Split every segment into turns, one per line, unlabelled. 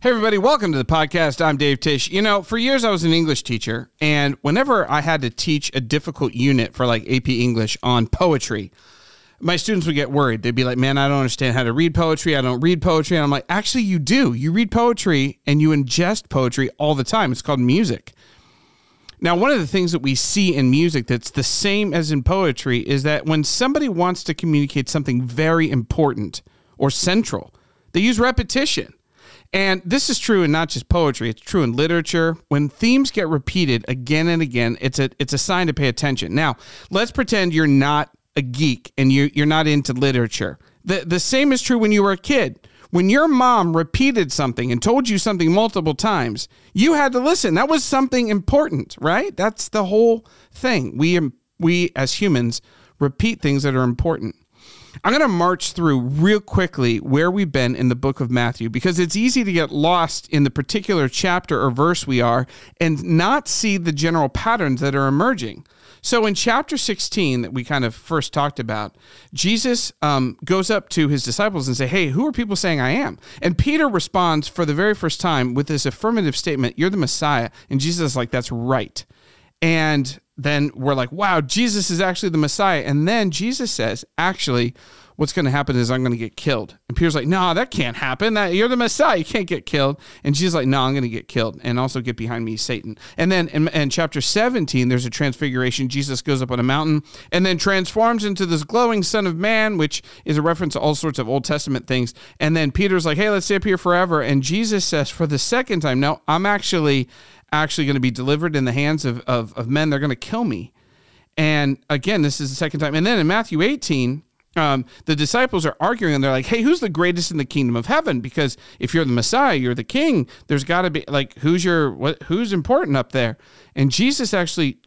Hey, everybody, welcome to the podcast. I'm Dave Tish. You know, for years I was an English teacher, and whenever I had to teach a difficult unit for like AP English on poetry, my students would get worried. They'd be like, Man, I don't understand how to read poetry. I don't read poetry. And I'm like, Actually, you do. You read poetry and you ingest poetry all the time. It's called music. Now, one of the things that we see in music that's the same as in poetry is that when somebody wants to communicate something very important or central, they use repetition. And this is true in not just poetry, it's true in literature. When themes get repeated again and again, it's a it's a sign to pay attention. Now, let's pretend you're not a geek and you you're not into literature. The the same is true when you were a kid. When your mom repeated something and told you something multiple times, you had to listen. That was something important, right? That's the whole thing. We we as humans repeat things that are important. I'm going to march through real quickly where we've been in the book of Matthew because it's easy to get lost in the particular chapter or verse we are and not see the general patterns that are emerging. So, in chapter 16 that we kind of first talked about, Jesus um, goes up to his disciples and say, "Hey, who are people saying I am?" And Peter responds for the very first time with this affirmative statement, "You're the Messiah." And Jesus is like, "That's right." And then we're like, wow, Jesus is actually the Messiah. And then Jesus says, actually, what's going to happen is I'm going to get killed. And Peter's like, no, that can't happen. That, you're the Messiah. You can't get killed. And Jesus like, no, I'm going to get killed. And also get behind me, Satan. And then in, in chapter 17, there's a transfiguration. Jesus goes up on a mountain and then transforms into this glowing son of man, which is a reference to all sorts of Old Testament things. And then Peter's like, hey, let's stay up here forever. And Jesus says for the second time, no, I'm actually actually going to be delivered in the hands of, of, of, men. They're going to kill me. And again, this is the second time. And then in Matthew 18, um, the disciples are arguing and they're like, hey, who's the greatest in the kingdom of heaven? Because if you're the Messiah, you're the king, there's got to be like, who's your, what, who's important up there? And Jesus actually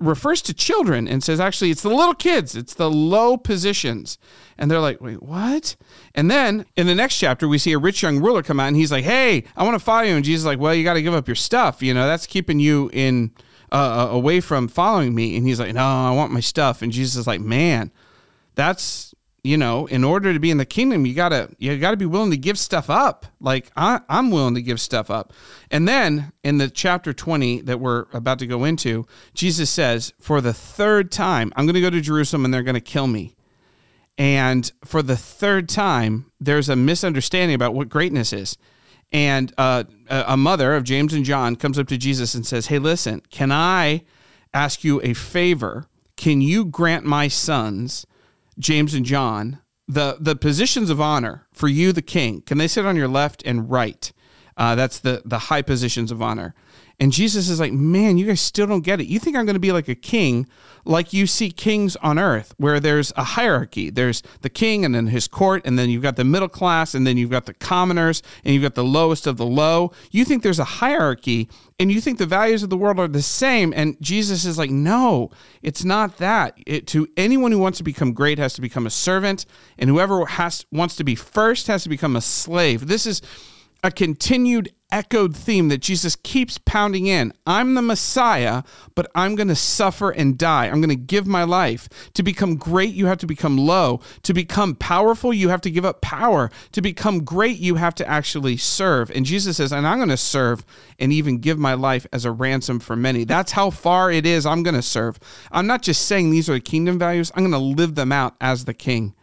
refers to children and says, actually, it's the little kids, it's the low positions. And they're like, wait, what? And then in the next chapter, we see a rich young ruler come out and he's like, hey, I want to follow you. And Jesus is like, well, you got to give up your stuff. You know, that's keeping you in uh, away from following me. And he's like, no, I want my stuff. And Jesus is like, man, that's you know in order to be in the kingdom you gotta you gotta be willing to give stuff up like I, am willing to give stuff up and then in the chapter 20 that we're about to go into jesus says for the third time i'm gonna go to jerusalem and they're gonna kill me and for the third time there's a misunderstanding about what greatness is and uh, a mother of james and john comes up to jesus and says hey listen can i ask you a favor can you grant my sons James and John, the the positions of honor for you, the king. Can they sit on your left and right? Uh, that's the the high positions of honor. And Jesus is like, man, you guys still don't get it. You think I'm going to be like a king, like you see kings on earth, where there's a hierarchy. There's the king and then his court, and then you've got the middle class, and then you've got the commoners, and you've got the lowest of the low. You think there's a hierarchy, and you think the values of the world are the same. And Jesus is like, no, it's not that. It, to anyone who wants to become great has to become a servant, and whoever has wants to be first has to become a slave. This is a continued echoed theme that Jesus keeps pounding in. I'm the Messiah, but I'm going to suffer and die. I'm going to give my life. To become great, you have to become low. To become powerful, you have to give up power. To become great, you have to actually serve. And Jesus says, and I'm going to serve and even give my life as a ransom for many. That's how far it is I'm going to serve. I'm not just saying these are the kingdom values, I'm going to live them out as the king.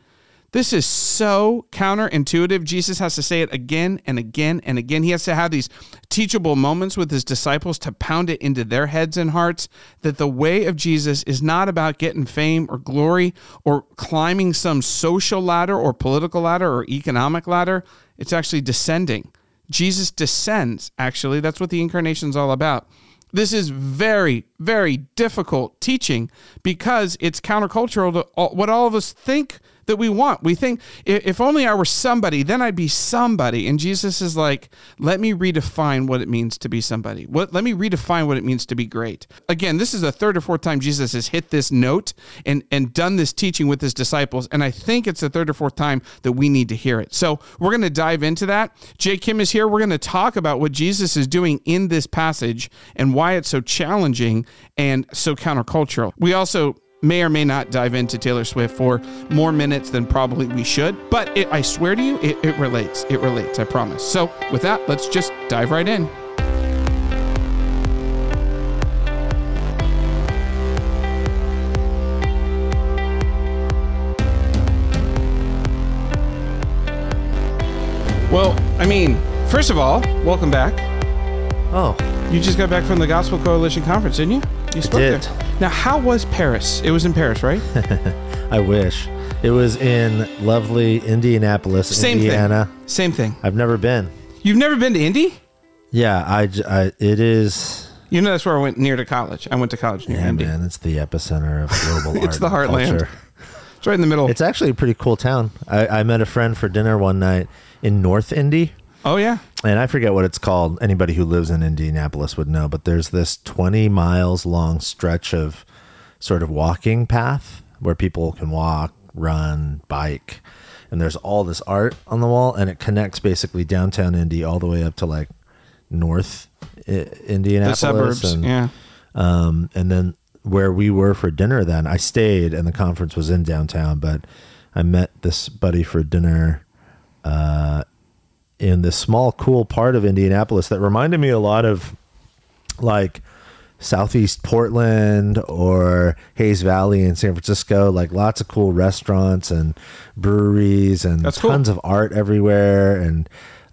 This is so counterintuitive. Jesus has to say it again and again and again. He has to have these teachable moments with his disciples to pound it into their heads and hearts that the way of Jesus is not about getting fame or glory or climbing some social ladder or political ladder or economic ladder. It's actually descending. Jesus descends, actually. That's what the incarnation is all about. This is very, very difficult teaching because it's countercultural to all, what all of us think that we want. We think if only I were somebody, then I'd be somebody. And Jesus is like, let me redefine what it means to be somebody. What, let me redefine what it means to be great. Again, this is the third or fourth time Jesus has hit this note and, and done this teaching with his disciples. And I think it's the third or fourth time that we need to hear it. So we're going to dive into that. Jay Kim is here. We're going to talk about what Jesus is doing in this passage and why it's so challenging and so countercultural. We also may or may not dive into Taylor Swift for more minutes than probably we should, but it, I swear to you, it, it relates. It relates, I promise. So, with that, let's just dive right in. Well, I mean, first of all, welcome back.
Oh,
You just got back from the Gospel Coalition conference, didn't you? You spoke
did.
there. Now, how was Paris? It was in Paris, right?
I wish. It was in lovely Indianapolis,
Same
Indiana.
thing. Same thing.
I've never been.
You've never been to Indy?
Yeah, I, j- I- it is.
You know that's where I went near to college. I went to college near
Yeah,
Indy.
man, it's the epicenter of global
It's
art
the
and
heartland.
culture.
It's right in the middle.
It's actually a pretty cool town. I, I met a friend for dinner one night in North Indy,
oh yeah.
and I forget what it's called. Anybody who lives in Indianapolis would know, but there's this 20 miles long stretch of sort of walking path where people can walk, run, bike, and there's all this art on the wall, and it connects basically downtown Indy all the way up to like North I-
The
Indianapolis,
suburbs.
and,
yeah.
um, and then where we were for dinner, then I stayed, and the conference was in downtown. But I met this buddy for dinner uh, in this small, cool part of Indianapolis that reminded me a lot of like Southeast Portland or Hayes Valley in San Francisco. Like lots of cool restaurants and breweries and
That's cool.
tons of art everywhere and.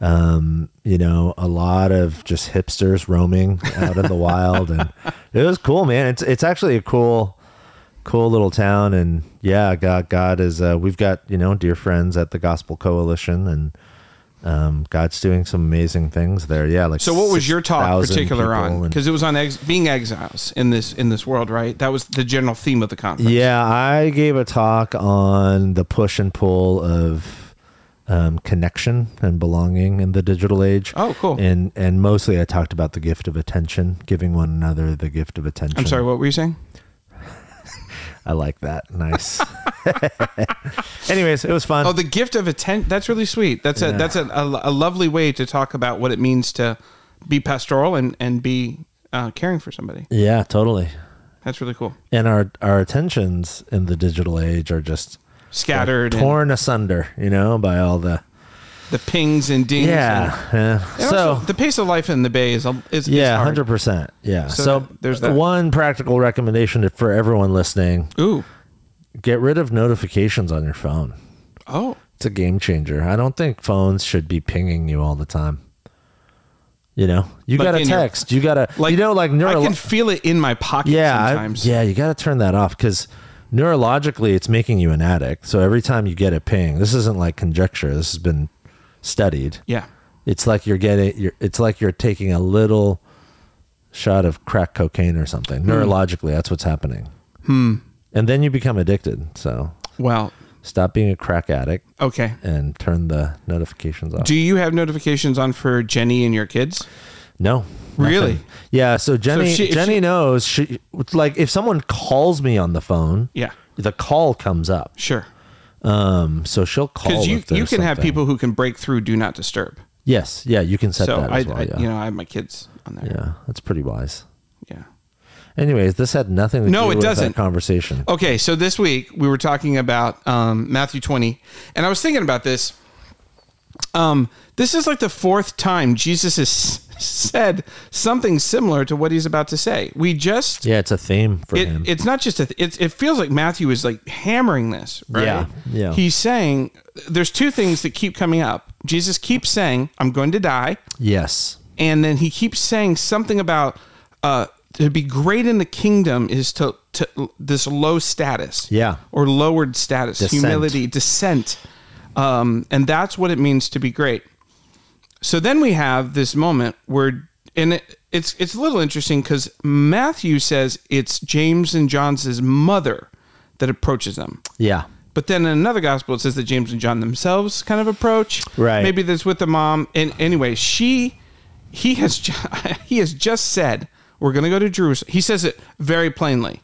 Um, you know, a lot of just hipsters roaming out in the wild and it was cool, man. It's it's actually a cool cool little town and yeah, God God is uh we've got, you know, dear friends at the Gospel Coalition and um God's doing some amazing things there. Yeah, like
So what was your talk
6,000
particular
people
on?
and-
Because it was on ex- being exiles in this in this world, right? That was the general theme of the conference.
Yeah, I gave a talk on the push and pull of um, connection and belonging in the digital age.
Oh, cool.
And and mostly I talked about the gift of attention, giving one another the gift of attention.
I'm sorry. What were you saying?
I like that. Nice. Anyways, it was fun.
Oh, the gift of attention. That's really sweet. That's a that's a, a, a lovely way to talk about what it means to be pastoral and and be uh, caring for somebody.
yeah, totally.
That's really cool.
And our our attentions in the digital age are just
Scattered, and
torn asunder, you know, by all the
the pings and dings. and-
yeah. yeah.
and
So
also, the pace of life in the Bay is a- is, is
yeah,
hard.
hundred percent. Yeah.
So
So,
there's
there's
that.
one practical recommendation for everyone listening:
Ooh,
get rid of notifications on your phone.
oh,
It's a game changer. I don't think phones should be pinging you all the time. You know, you
Like
got to
in your-
text. you got to
like
you know, like neuro.
I can feel it in my pocket
yeah, I-
sometimes.
yeah. You got to turn that off because neurologically, it's making you an addict. So every time you get a ping, this isn't like conjecture. This has been studied.
yeah,
It's like you're getting. You're, it's like you're taking a little shot of crack cocaine or
Hmm.
something. Neurologically, that's what's happening. And then you become addicted. So
Well,
stop being a crack addict
okay.
and turn the notifications off.
Do you have notifications on for Jenny and your kids?
no.
Really?
nothing. Yeah. So Jenny,
she- if
Jenny
she-
knows. She like if someone calls me on the phone.
Yeah.
The call comes up.
Sure,
Um. So she'll call.
because you you
if
can
there's
have
something.
people who can break through do not disturb.
Yes. Yeah. You can set
So
that
I,
as well.
I
yeah.
you know I have my kids on there.
yeah. That's pretty wise.
yeah.
Anyways, this had nothing to
No,
do
it
with
doesn't.
that conversation.
Okay, so this week we were talking about um, Matthew 20, and I was thinking about this. Um, this is like the fourth time Jesus has said something similar to what he's about to say. We just,
Yeah, it's a theme for him.
it, it's not just, a, th- it's, it feels like Matthew is like hammering this, right?
Yeah, yeah.
He's saying, there's two things that keep coming up. Jesus keeps saying, I'm going to die
yes.
and then he keeps saying something about uh, to be great in the kingdom is to, to this low status,
Yeah.
or lowered status,
Descent.
humility, descent, um, and that's what it means to be great. So then we have this moment where, and it, it's it's a little interesting because Matthew says it's James and John's mother that approaches them.
Yeah.
But then in another gospel, it says that James and John themselves kind of approach.
Right.
Maybe that's with the mom. And anyway, she, he has, ju- he has just said we're going to go to Jerusalem. He says it very plainly,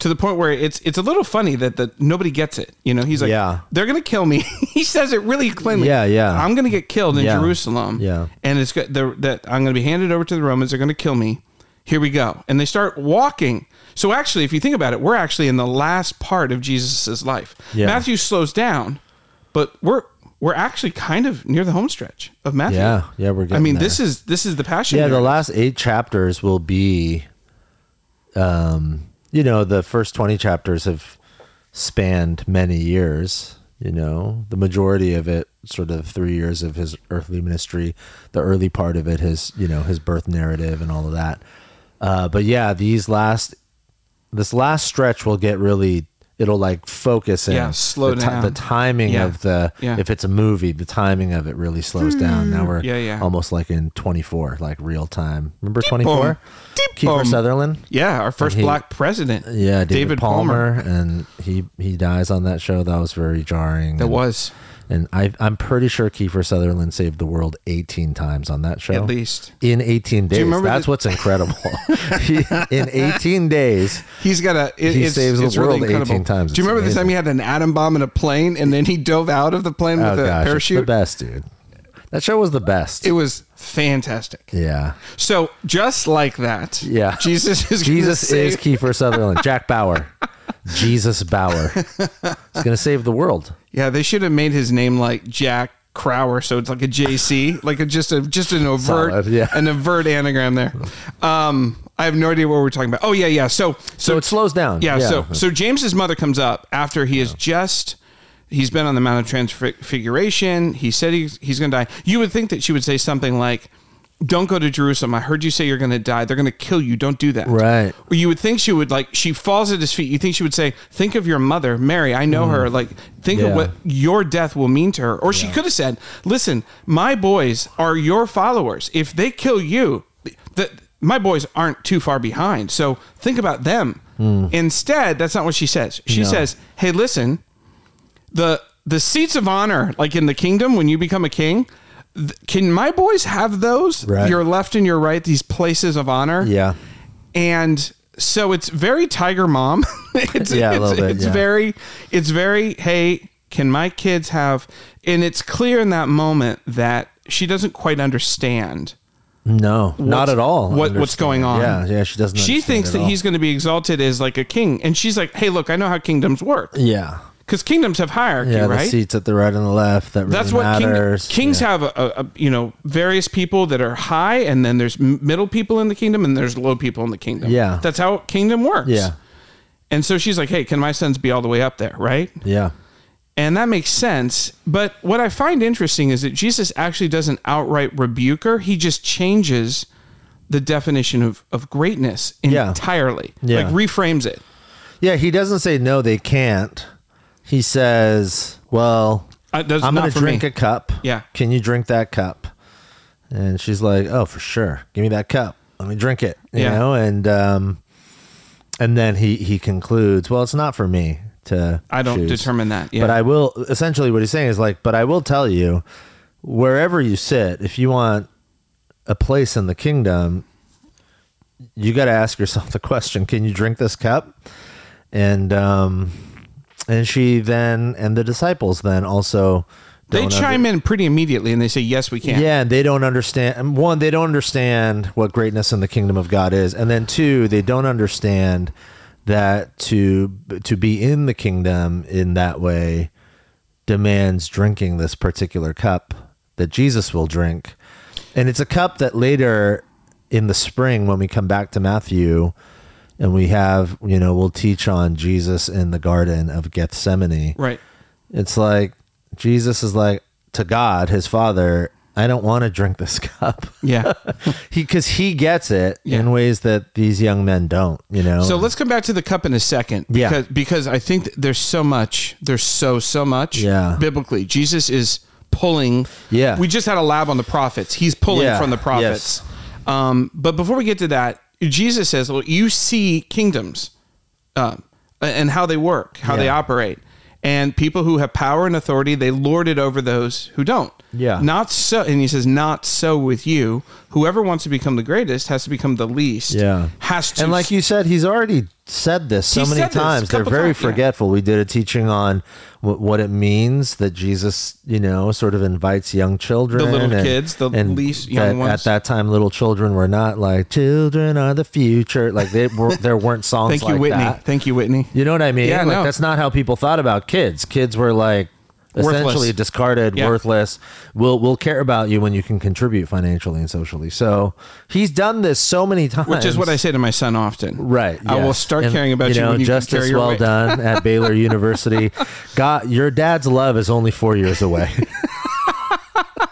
to the point where it's it's a little funny that the, nobody gets it. You know, he's like,
Yeah.
they're going to kill me. he says it really plainly.
Yeah, yeah.
I'm going to get killed in
Yeah.
Jerusalem.
Yeah.
And it's go- the, that I'm going to be handed over to the Romans. They're going to kill me. Here we go. And they start walking. So actually, if you think about it, we're actually in the last part of Jesus' life.
Yeah.
Matthew slows down, but we're we're actually kind of near the home stretch of Matthew.
Yeah, yeah, we're
I mean,
getting
this is this is the passion.
Yeah, the
narrative.
last eight chapters will be, um, you know, the first twenty chapters have spanned many years. You know, the majority of it, sort of three years of his earthly ministry, the early part of it, his you know his birth narrative and all of that. Uh, but yeah, these last, this last stretch will get really. It'll like focus in.
Yeah, slow
the ti-
down.
the timing
Yeah.
of the
Yeah. Hmm.
if it's a movie, the timing of it really slows down. Now we're
Yeah, yeah.
almost like in 24, like real time. Remember
Boom.
24?
Deep
Kiefer
boom.
Sutherland?
Yeah, our first
And he-
black president.
Yeah, David, Palmer, and he he dies on that show. That was very jarring.
That
and,
was
and I I'm pretty sure Kiefer Sutherland saved the world 18 times on that show.
at least.
in 18 days.
remember
That's
the-
what's incredible. He- in 18 days,
He's got a. It,
He
it's,
saves the
it's
world
really
18
incredible.
times.
Do you
It's
remember the time
amazing.
he had an atom bomb in a plane and then he dove out of the plane
oh
with a
gosh, it's the
parachute?
best, dude. That show was the best.
It was fantastic.
yeah.
So just like that,
Yeah.
Jesus is gonna
Jesus
save-
is Kiefer Sutherland. Jack Bauer. Jesus Bauer. He's going to save the world.
Yeah, they should have made his name like Jack Crower, so it's like a JC, like a, just a just an overt
Solid, yeah.
an overt anagram there. Um, I have no idea what we're talking about. Oh yeah, yeah. So
So it slows down.
yeah, so so James's mother comes up after he has just he's been on the Mount of Transfiguration. He said he's he's going to die. You would think that she would say something like, "Don't go to Jerusalem. I heard you say you're going to die. They're going to kill you. Don't do that."
Right.
Or you would think she would like she falls at his feet. You think she would say, "Think of your mother, Mary. I know her. Like think
Mm-hmm. Yeah.
of what your death will mean to her." Or she could have said, "Listen, my boys are your followers. If they kill you, the, my boys aren't too far behind. So think about them."
Hmm.
Instead, that's not what she says. She
No.
says, "Hey, listen, the the seats of honor, like in the kingdom, when you become a king." th- Can my boys have those?
Right.
Your left and your right, these places of honor
Yeah.
and so it's very tiger mom it's,
Yeah, a
it's,
little bit,
it's
yeah.
very it's very hey can my kids have and it's clear in that moment that she doesn't quite understand
No, not at all.
what- what's going on.
Yeah, yeah, she doesn't.
she
understand
thinks
at
that
all.
he's going to be exalted as like a king and she's like hey look i know how kingdoms work
Yeah,
because kingdoms have hierarchy
yeah.
right
The seats at the right and the left. That really
that's what king,
matters.
kings have a, a, a- you know various people that are high and then there's m- middle people in the kingdom and there's low people in the kingdom
Yeah.
that's how kingdom works
Yeah.
and so she's like hey can my sons be all the way up there right
Yeah.
and that makes sense but what i find interesting is that jesus actually doesn't outright rebuke her he just changes the definition of, of greatness
Yeah.
entirely
Yeah.
like reframes it
Yeah, he doesn't say no. They can't. He says, "Well,
Uh, that's
I'm
not
going to
for
drink
me.
a cup.
Yeah.
can you drink that cup?" And she's like, "Oh, for sure. Give me that cup. Let me drink it." You
Yeah.
know, and um, and then he he concludes, "Well, it's not for me to.
i don't
choose.
determine that yeah
But I will essentially what he's saying is like, but I will tell you, wherever you sit, if you want a place in the kingdom, you got to ask yourself the question: Can you drink this cup? And um, and she then and the disciples then also
they
don't
chime in pretty immediately and they say yes we can
yeah, and they don't understand. and One, they don't understand what greatness in the kingdom of God is, and then two, they don't understand that to to be in the kingdom in that way demands drinking this particular cup that Jesus will drink, and it's a cup that later in the spring when we come back to Matthew. And we have, you know, we'll teach on Jesus in the Garden of Gethsemane.
right
It's like Jesus is like to God, his father, I don't want to drink this cup.
yeah
he cuz he gets it
Yeah.
in ways that these young men don't, you know.
So let's come back to the cup in a second.
Yeah.
Because, because I think that there's so much. There's so, so much.
Yeah.
Biblically, Jesus is pulling.
Yeah.
We just had a lab on the prophets. He's pulling
Yeah,
from the prophets. Um, but before we get to that, Jesus says, well, you see kingdoms uh, and how they work, how they
Yeah.
operate. And people who have power and authority, they lord it over those who don't.
Yeah.
Not so, and he says, not so with you. Whoever wants to become the greatest has to become the least.
Yeah.
Has to.
And like you said, he's already said this so
He
many
said this a
times. They're
couple
very
times, yeah.
forgetful. We did a teaching on what, what it means that Jesus, you know, sort of invites young children,
little
and-
kids, the
and
least young
that
ones.
At that time, little children were not like children are the future. Like they were, there weren't songs.
Thank you,
like
Whitney.
that.
Thank you, Whitney.
You know what I mean?
Yeah,
like
no.
that's not how people thought about kids. Kids were like
Worthless.
essentially discarded,
Yeah.
worthless. We'll we'll care about you when you can contribute financially and socially. So he's done this so many times.
Which is what I say to my son often.
Right.
I will
yes.
start
And,
caring about you,
you know,
when you can
justice
carry your
well
weight.
done at Baylor University. God, your dad's love is only four years away.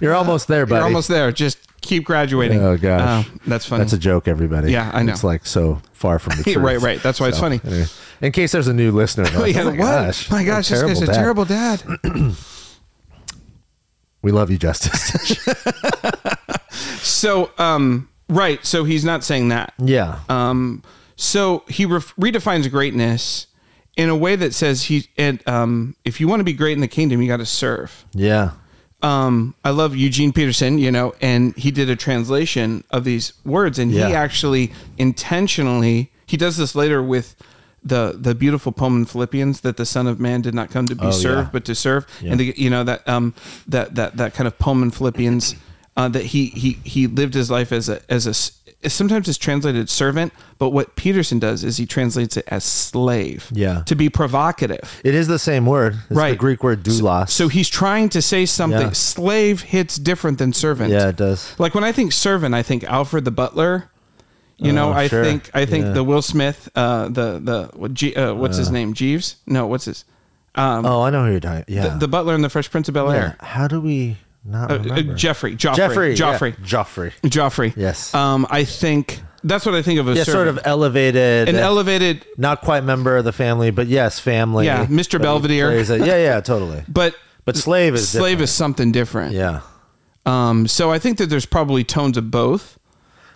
You're almost there, buddy.
You're almost there. Just keep graduating.
Oh, gosh.
Uh, that's funny.
That's a joke, everybody.
Yeah, I know.
It's like so far from the truth.
Right, right. That's why it's funny.
anyway. in case there's a new listener, like,
yeah,
oh my
what?
gosh,
my gosh,
what
this guy's a
dad.
terrible dad.
We love you, Justice.
So, um, right. So he's not saying that.
yeah,
Um, so he re- redefines greatness in a way that says he and um, if you want to be great in the kingdom, you got to serve.
yeah,
Um, I love Eugene Peterson, you know, and he did a translation of these words, and he
Yeah.
actually intentionally he does this later with the the beautiful poem in Philippians that the Son of Man did not come to be
Oh, yeah.
served but to serve, and the, you know that um that that that kind of poem in Philippians uh, that he he he lived his life as a as a s- sometimes it's translated servant, but what Peterson does is he translates it as slave,
Yeah.
to be provocative.
it is the same word. It's the
Right.
Greek word doulos.
So he's trying to say something.
Yeah.
Slave hits different than servant.
yeah, it does.
Like when I think servant, I think Alfred the butler. You know,
Oh,
I
sure.
think I think
Yeah.
the Will Smith, uh, the the what, G, uh, what's his name, Jeeves? No, what's his? Um,
Oh, I know who you're talking. Yeah,
The butler in the Fresh Prince of Bel
yeah.
Air.
How do we not remember?
Jeffrey, Joffrey,
Jeffrey,
Joffrey,
yeah. Joffrey.
Joffrey.
Yes.
Um, I think that's what I think of a
Yeah,
servant.
sort of elevated.
an
uh,
elevated,
not quite member of the family, but yes, family.
Yeah, Mr.
But he
Belvedere.
plays it- yeah, yeah, totally.
but
But slave is
slave is something different.
different. yeah.
Um, so I think that there's probably tones of both.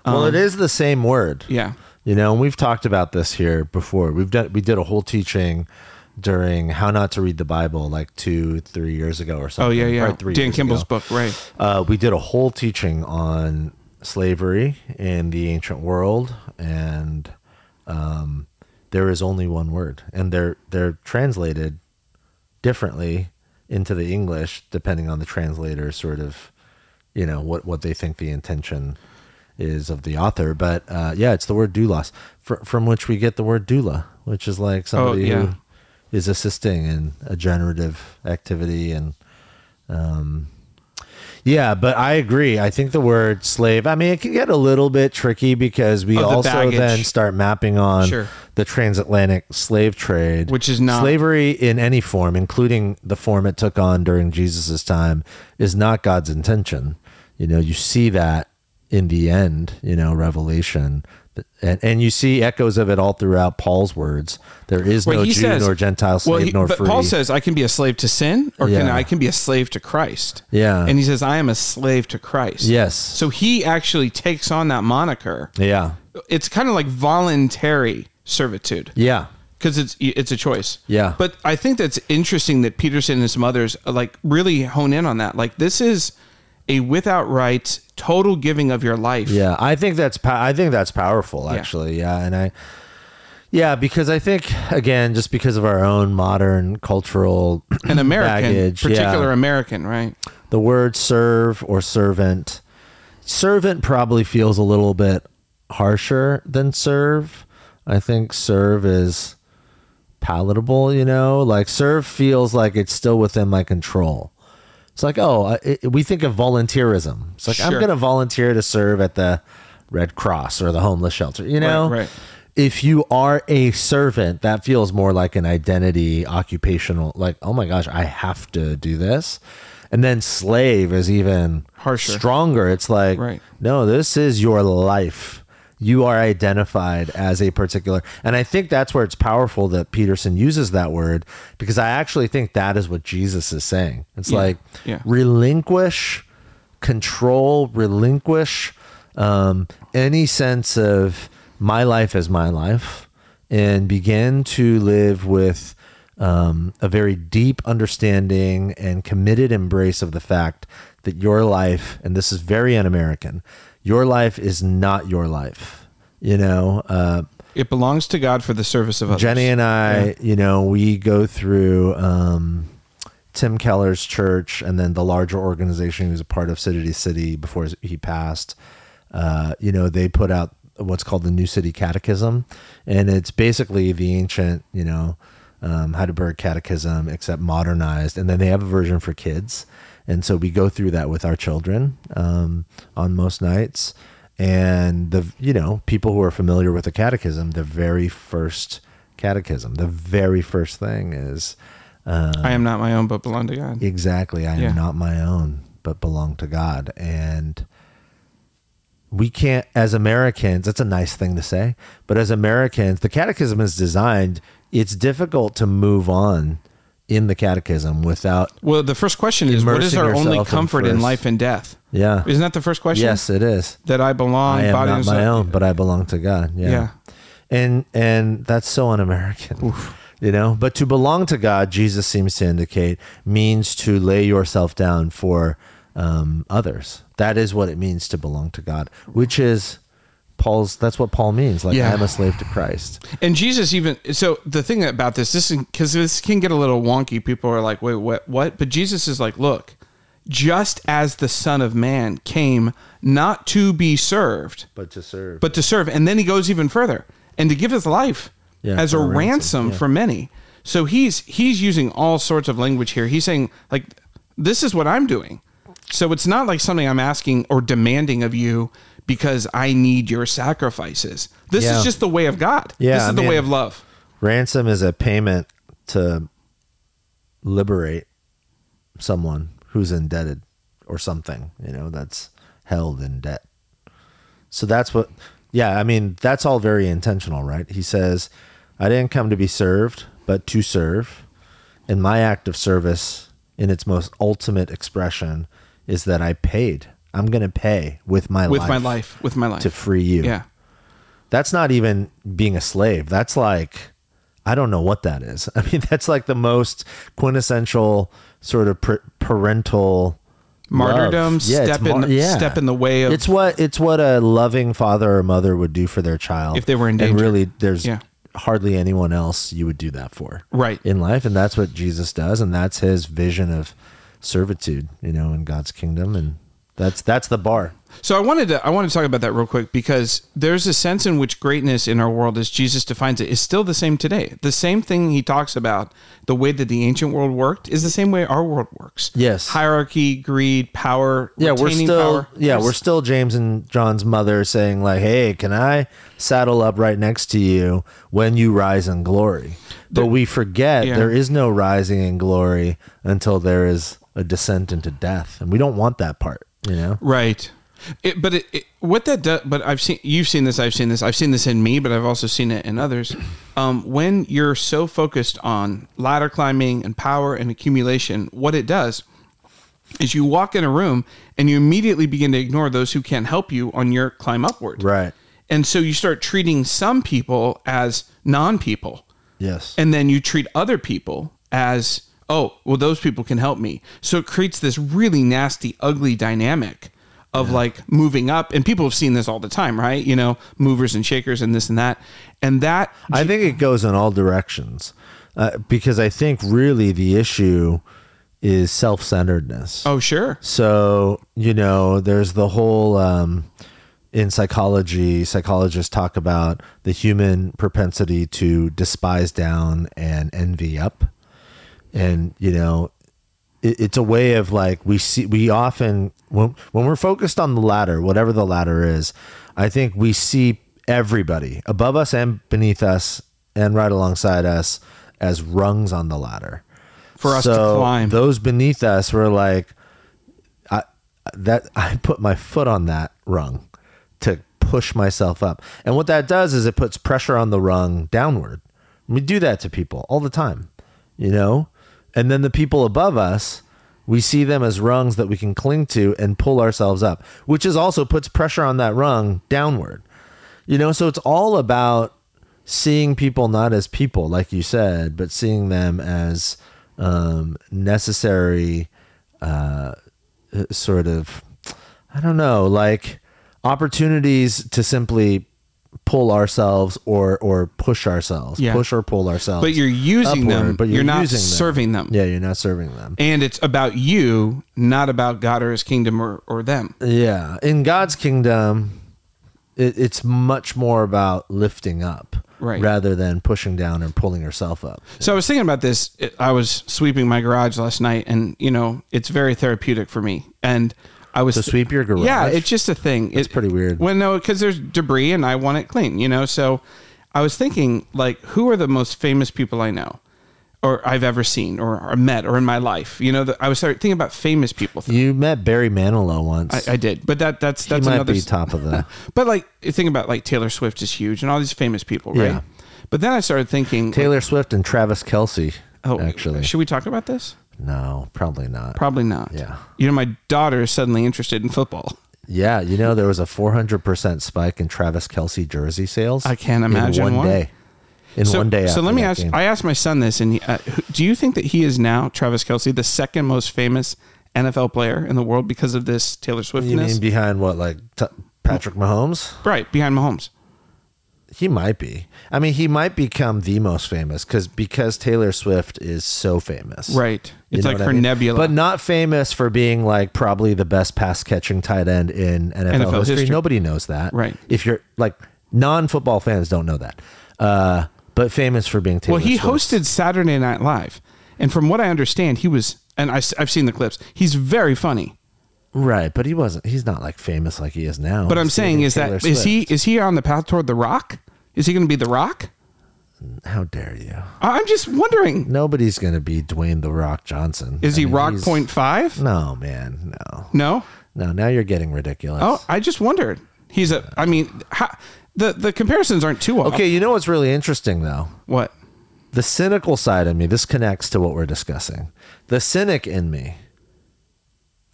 Um,
Well, it is the same word.
Yeah.
You know, and we've talked about this here before. We've done we did a whole teaching during how not to read the Bible like two, three years ago or
Oh
something.
yeah, yeah.
Probably three
Dan
years
Kimball's
ago.
book, right?
Uh, we did a whole teaching on slavery in the ancient world, and um, there is only one word, and they're they're translated differently into the English depending on the translator, sort of, you know, what what they think the intention is of the author. But uh, yeah, it's the word doulos, fr- from which we get the word doula, which is like somebody
yeah.
who is assisting in a generative activity and yeah, but I agree. I think the word slave, I mean, it can get a little bit tricky because we
Of the
also
baggage.
then start mapping on
Sure.
the transatlantic slave trade,
Which is not-
slavery in any form, including the form it took on during Jesus' time, is not God's intention. You know, you see that in the end, you know, Revelation. And, and you see echoes of it all throughout Paul's words. There is
Well,
no
he
Jew
says-
nor Gentile, slave
Well, he,
nor
but
free.
Paul says I can be a slave to sin, or can
Yeah.
I can be a slave to Christ?
Yeah.
and he says I am a slave to Christ.
Yes.
So he actually takes on that moniker.
yeah.
It's kind of like voluntary servitude
Yeah.
because it's it's a choice.
Yeah.
But I think that's interesting that Peterson and some others uh, like really hone in on that. Like this is a without rights, total giving of your life.
Yeah, I think that's pow- I think that's powerful actually. Yeah. and I yeah because I think again just because of our own modern cultural
An American,
baggage, yeah.
particular American, right?
the word serve or servant servant probably feels a little bit harsher than serve. I think serve is palatable, you know? Like serve feels like it's still within my control. It's like, oh, I- it, we think of volunteerism. It's like I'm
Sure.
going to volunteer to serve at the Red Cross or the homeless shelter, you know?
right.
If you are a servant, that feels more like an identity, occupational, like, oh my gosh, I have to do this. And then slave is even
Harsher.
stronger. It's like,
Right.
no, this is your life. You are identified as a particular. And I think that's where it's powerful that Peterson uses that word because I actually think that is what Jesus is saying. It's like
Yeah.
relinquish control, relinquish um, any sense of my life is my life and begin to live with um, a very deep understanding and committed embrace of the fact that your life, and this is very un American, your life is not your life. You know, uh,
It belongs to God for the service of others.
Jenny and I, you know, we go through um, Tim Keller's church and then the larger organization he was a part of, City to City, before he passed. Uh, you know, they put out what's called the New City Catechism, and it's basically the ancient, you know, um, Heidelberg Catechism, except modernized. And then they have a version for kids. And so we go through that with our children um, on most nights and the you know people who are familiar with the catechism the very first catechism the very first thing is
I am not my own, but belong to God.
exactly i am
Yeah.
not my own but belong to god and we can't as americans that's a nice thing to say but as americans the catechism is designed it's difficult to move on in the catechism without
Well, the first question is, what is
Immersing
our only
yourself in
comfort in
first-
life and death?
yeah
Isn't that the first question?
yes it is
That I belong,
I am
body and
not my
soul.
own, but I belong to God. Yeah.
Yeah.
And and that's so un-American. You know, but to belong to God, Jesus seems to indicate means to lay yourself down for um, others. That is what it means to belong to God, which is Paul's. That's what Paul means. Like
Yeah.
I'm a slave to Chrisst.
And Jesus even so the thing about this this because this can get a little wonky. People are like, wait, what? What? But Jesus is like, look, just as the Son of Man came not to be served,
But to serve.
but to serve, and then he goes even further and to give his life
Yeah,
as a
for a
ransom,
ransom, yeah.
for many. So he's he's using all sorts of language here. He's saying like, this is what I'm doing. So it's not like something I'm asking or demanding of you because I need your sacrifices. This
Yeah.
is just the way of God.
Yeah,
this is
I
the way
mean-
of love.
ransom is a payment to liberate someone who's indebted or something you know that's held in debt so that's what yeah i mean that's all very intentional right he says i didn't come to be served but to serve and my act of service in its most ultimate expression is that i paid i'm going to pay with my
with
life
my life, with my life.
to free you
yeah.
that's not even being a slave. That's like I don't know what that is. I mean, that's like the most quintessential sort of pr- parental
Martyrdom,
love. it's
step in- step in the way of-
It's what it's what a loving father or mother would do for their child
If they were in
And
danger.
really, there's
Yeah.
hardly anyone else you would do that for,
Right.
In life, and that's what Jesus does, and that's his vision of servitude, you know, in God's kingdom, and that's that's the bar.
So I wanted to I want to talk about that real quick because there's a sense in which greatness in our world as Jesus defines it is still the same today. The same thing he talks about, the way that the ancient world worked is the same way our world works.
Yes.
Hierarchy, greed, power,
yeah, we're
retaining
still
power.
yeah, we're still James and John's mother saying like, "Hey, can I saddle up right next to you when you rise in glory?" But we forget
Yeah.
there is no rising in glory until there is a descent into death, and we don't want that part, you know.
Right. It, but it, it, what that does, but I've seen, you've seen this, I've seen this, I've seen this in me, but I've also seen it in others. Um, when you're so focused on ladder climbing and power and accumulation, what it does is you walk in a room and you immediately begin to ignore those who can't help you on your climb upward.
Right.
And so you start treating some people as non people.
Yes.
And then you treat other people as, oh, well, those people can help me. So it creates this really nasty, ugly dynamic of like moving up. And people have seen this all the time, right? You know, movers and shakers and this and that. And that,
I think it goes in all directions uh, because I think really the issue is self-centeredness.
oh, sure.
So, you know, there's the whole um, in psychology, psychologists talk about the human propensity to despise down and envy up. And, you know, it, it's a way of like we see, we often, when, when we're focused on the ladder, whatever the ladder is, I think we see everybody above us and beneath us and right alongside us as rungs on the ladder.
For us to climb.
Those beneath us were like, that I put my foot on that rung to push myself up. And what that does is it puts pressure on the rung downward. We do that to people all the time, you know? And then the people above us, we see them as rungs that we can cling to and pull ourselves up, which is also puts pressure on that rung downward. You know, so it's all about seeing people not as people, like you said, but seeing them as um, necessary uh, sort of, I don't know, like opportunities to simply pull ourselves or or push ourselves,
Yeah.
push or pull ourselves.
But you're using them, but you're, not
using them.
serving them.
Yeah, you're not serving them.
And it's about you, not about God or his kingdom or, or them.
Yeah, in God's kingdom, it, it's much more about lifting up
Right.
rather than pushing down and pulling yourself up.
So I was thinking about this. It- I was sweeping my garage last night, and you know, it's very therapeutic for me. And I was
To sweep your garage.
Yeah, it's just a thing. It's
pretty weird.
Well, no, because there's debris, and I want it clean. You know, so I was thinking, like, who are the most famous people I know, or I've ever seen, or, or met, or in my life? You know, the, I was starting thinking about famous people.
you met Barry Manilow once.
I, I did, but that that's that's
he might
another
be
s-
top of the.
But like, you think about like Taylor Swift is huge, and all these famous people, right?
Yeah.
But then I started thinking,
Taylor Swift and Travis Kelsey.
oh,
actually,
should we talk about this?
no, probably not.
Probably not.
Yeah.
You know, my daughter is suddenly interested in football.
yeah, you know there was a 400 percent spike in Travis Kelsey jersey sales.
I can't imagine
in one
why.
day. In
So,
one day.
so
after
let me
that
ask.
game.
I asked my son this, and he, uh, who- do you think that he is now Travis Kelsey, the second most famous NFL player in the world because of this Taylor
you mean
Swiftness?
behind what, like t- Patrick Mahomes?
right behind Mahomes.
He might be. I mean, he might become the most famous because because Taylor Swift is so famous.
Right.
You
It's
know
like
what I
her
mean?
nebula.
but not famous for being like probably the best pass catching tight end in NFL,
NFL
history.
history.
Nobody knows that.
Right.
If you're like non football fans, don't know that. Uh, but famous for being Taylor.
well, he
Swift.
hosted Saturday Night Live, and from what I understand, he was, and I, have seen the clips. He's very funny.
right, but he wasn't. He's not like famous like he is now.
But I'm
He's
saying
dating
is that
Taylor
is he
Swift.
is he on the path toward the Rock? Is he going to be the Rock?
How dare you?
I- I'm just wondering.
Nobody's gonna be Dwayne the Rock Johnson.
Is
I
he
mean,
Rock
he's-
Point Five?
No, man, no.
No.
No, now you're getting ridiculous.
Oh, I just wondered. He's a. I mean, ha, the the comparisons aren't too off.
Okay, you know what's really interesting though?
What?
The cynical side of me, this connects to what we're discussing. The cynic in me.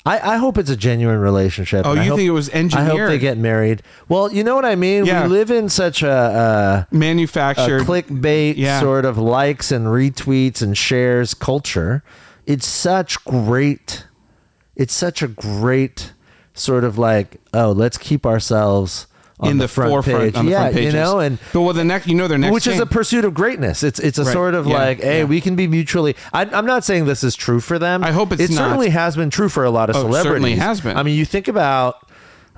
I, I hope it's a genuine relationship.
Oh,
and I
you
hope-
think it was
I hope they
engineered?
get married. Well, you know what I mean?
Yeah.
We live in such a, uh, a, a
Manufactured.
clickbait
Yeah.
sort of likes and retweets and shares culture. It's such great, it's such a great sort of like, oh, let's keep ourselves on
in the,
front
forefront
page.
on the
yeah,
front pages.
you know, and
but well, the next you know their next
which is
thing-
a pursuit of greatness. It's it's a
Right.
sort of
Yeah.
like, hey,
Yeah.
we can be mutually. I, I'm not saying this is true for them.
I hope it's
It
not.
certainly has been true for a lot of
Oh, it
celebrities.
certainly has been.
I mean, you think about.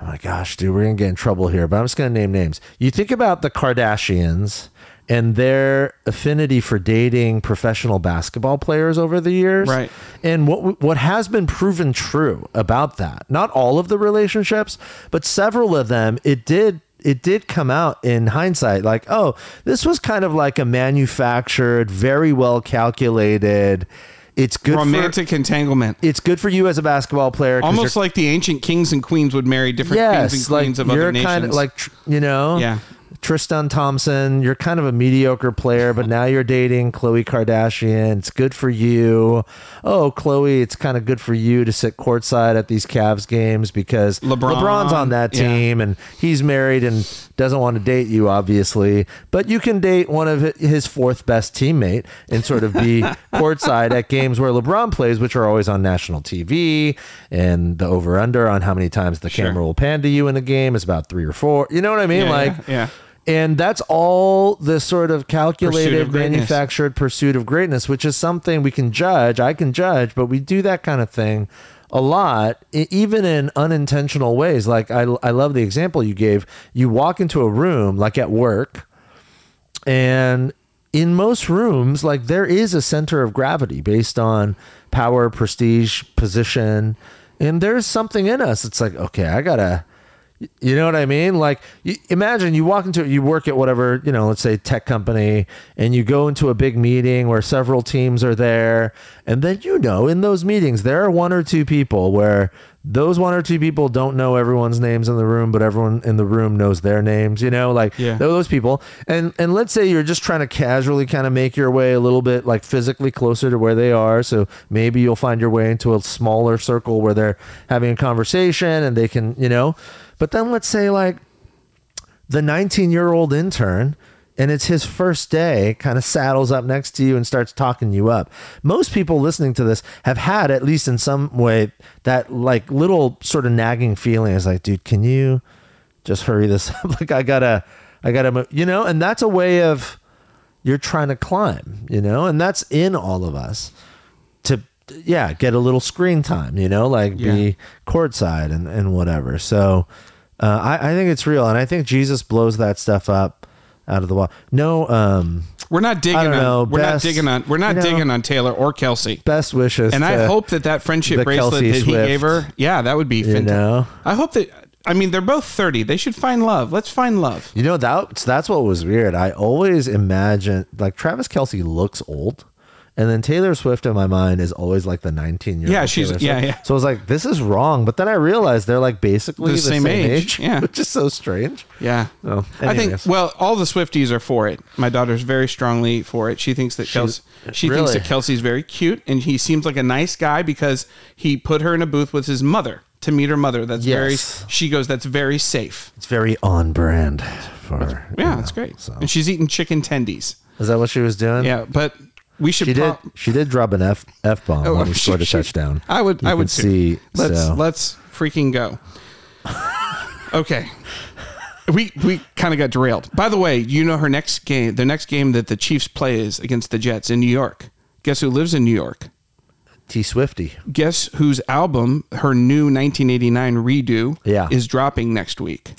Oh my gosh, dude, we're gonna get in trouble here, but I'm just gonna name names. You think about the Kardashians and their affinity for dating professional basketball players over the years,
Right.
And what what has been proven true about that? Not all of the relationships, but several of them. It did it did come out in hindsight like, oh, this was kind of like a manufactured, very well calculated. It's good
romantic entanglement.
For, it's good for you as a basketball player. 'cause
Almost like the ancient kings and queens would marry different
you're-
kings
yes,
and queens
like
of other
you're
nations.
kind of like tr- you know,
Yeah.
Tristan Thompson. You're kind of a mediocre player, but now you're dating Khloe Kardashian. It's good for you. Oh, Khloe, it's kind of good for you to sit courtside at these Cavs games because
LeBron,
LeBron's on that
yeah.
team team and he's married and doesn't want to date you obviously but you can date one of hi- his fourth best teammate and sort of be courtside at games where lebron plays which are always on national tv and the over under on how many times the camera will pan to you in a game is about three or four you know what i mean
Yeah,
like
yeah, yeah.
and that's all the sort of
Pursuit
calculated
of greatness.
manufactured pursuit of greatness which is something we can judge i can judge but we do that kind of thing a lot e- even in unintentional ways like i, I love the example you gave you walk into a room like at work and in most rooms, like there is a center of gravity based on power, prestige, position. And there's something in us. It's like, okay, I gotta, you know what I mean? Like, you, imagine you walk into, you work at whatever, you know, let's say tech company, and you go into a big meeting where several teams are there. And then, you know, in those meetings, there are one or two people where those one or two people don't know everyone's names in the room, but everyone in the room knows their names, you know, like
Yeah.
those those people and and let's say you're just trying to casually kind of make your way a little bit like physically closer to where they are so maybe you'll find your way into a smaller circle where they're having a conversation and they can you know but then let's say like the 19 year old intern and it's his first day, kind of saddles up next to you and starts talking you up. Most people listening to this have had, at least in some way, that like little sort of nagging feeling is like, dude, can you just hurry this up? like, I gotta, I gotta, move, you know, and that's a way of you're trying to climb, you know, and that's in all of us to, yeah, get a little screen time, you know, like be courtside and, and whatever. So, uh, I, I think it's real. And I think Jesus blows that stuff up out of the wall. No, um,
We're not digging.
I don't
on,
know,
we're
best-
not digging on. We're not
you know-
digging on Taylor or Kelsey.
best wishes.
And I
to-
hope that that
the
friendship bracelet
Kelsey
that he
Swift,
gave her, yeah, that would be fantastic.
know?
I hope that. I mean, they're both thirty. They should find love. Let's find love.
You know that that's what was weird. I always imagine like Travis Kelsey looks old, and then Taylor Swift in my mind is always like the nineteen year old.
Yeah, she's- yeah, yeah.
So I was like, this is wrong. But then I realized they're like basically the, same, age,
yeah.
which is so strange.
Yeah.
Well,
I think.
anyways.
Well, all the Swifties are for it. My daughter's very strongly for it. She thinks that Kelsey. She
really?
thinks that Kelsey's very cute, and he seems like a nice guy because he put her in a booth with his mother to meet her mother. That's
Yes.
very. She goes. That's very safe.
It's very on brand for
Yeah,
you know,
that's great.
So
And she's eating chicken tendies.
is that what she was doing?
Yeah, but we should.
She did.
prob-
She did drop an f f bomb when we
Oh, she-
scored a
she-
touchdown.
I would.
You
I
can
would
see.
see. Let's
so.
let's freaking go. okay, we we kind of got derailed. By the way, you know her next game. The next game that the Chiefs play is against the Jets in New York. Guess who lives in New York?
T Swifty.
Guess whose album, her new 1989 redo,
Yeah.
is dropping next week.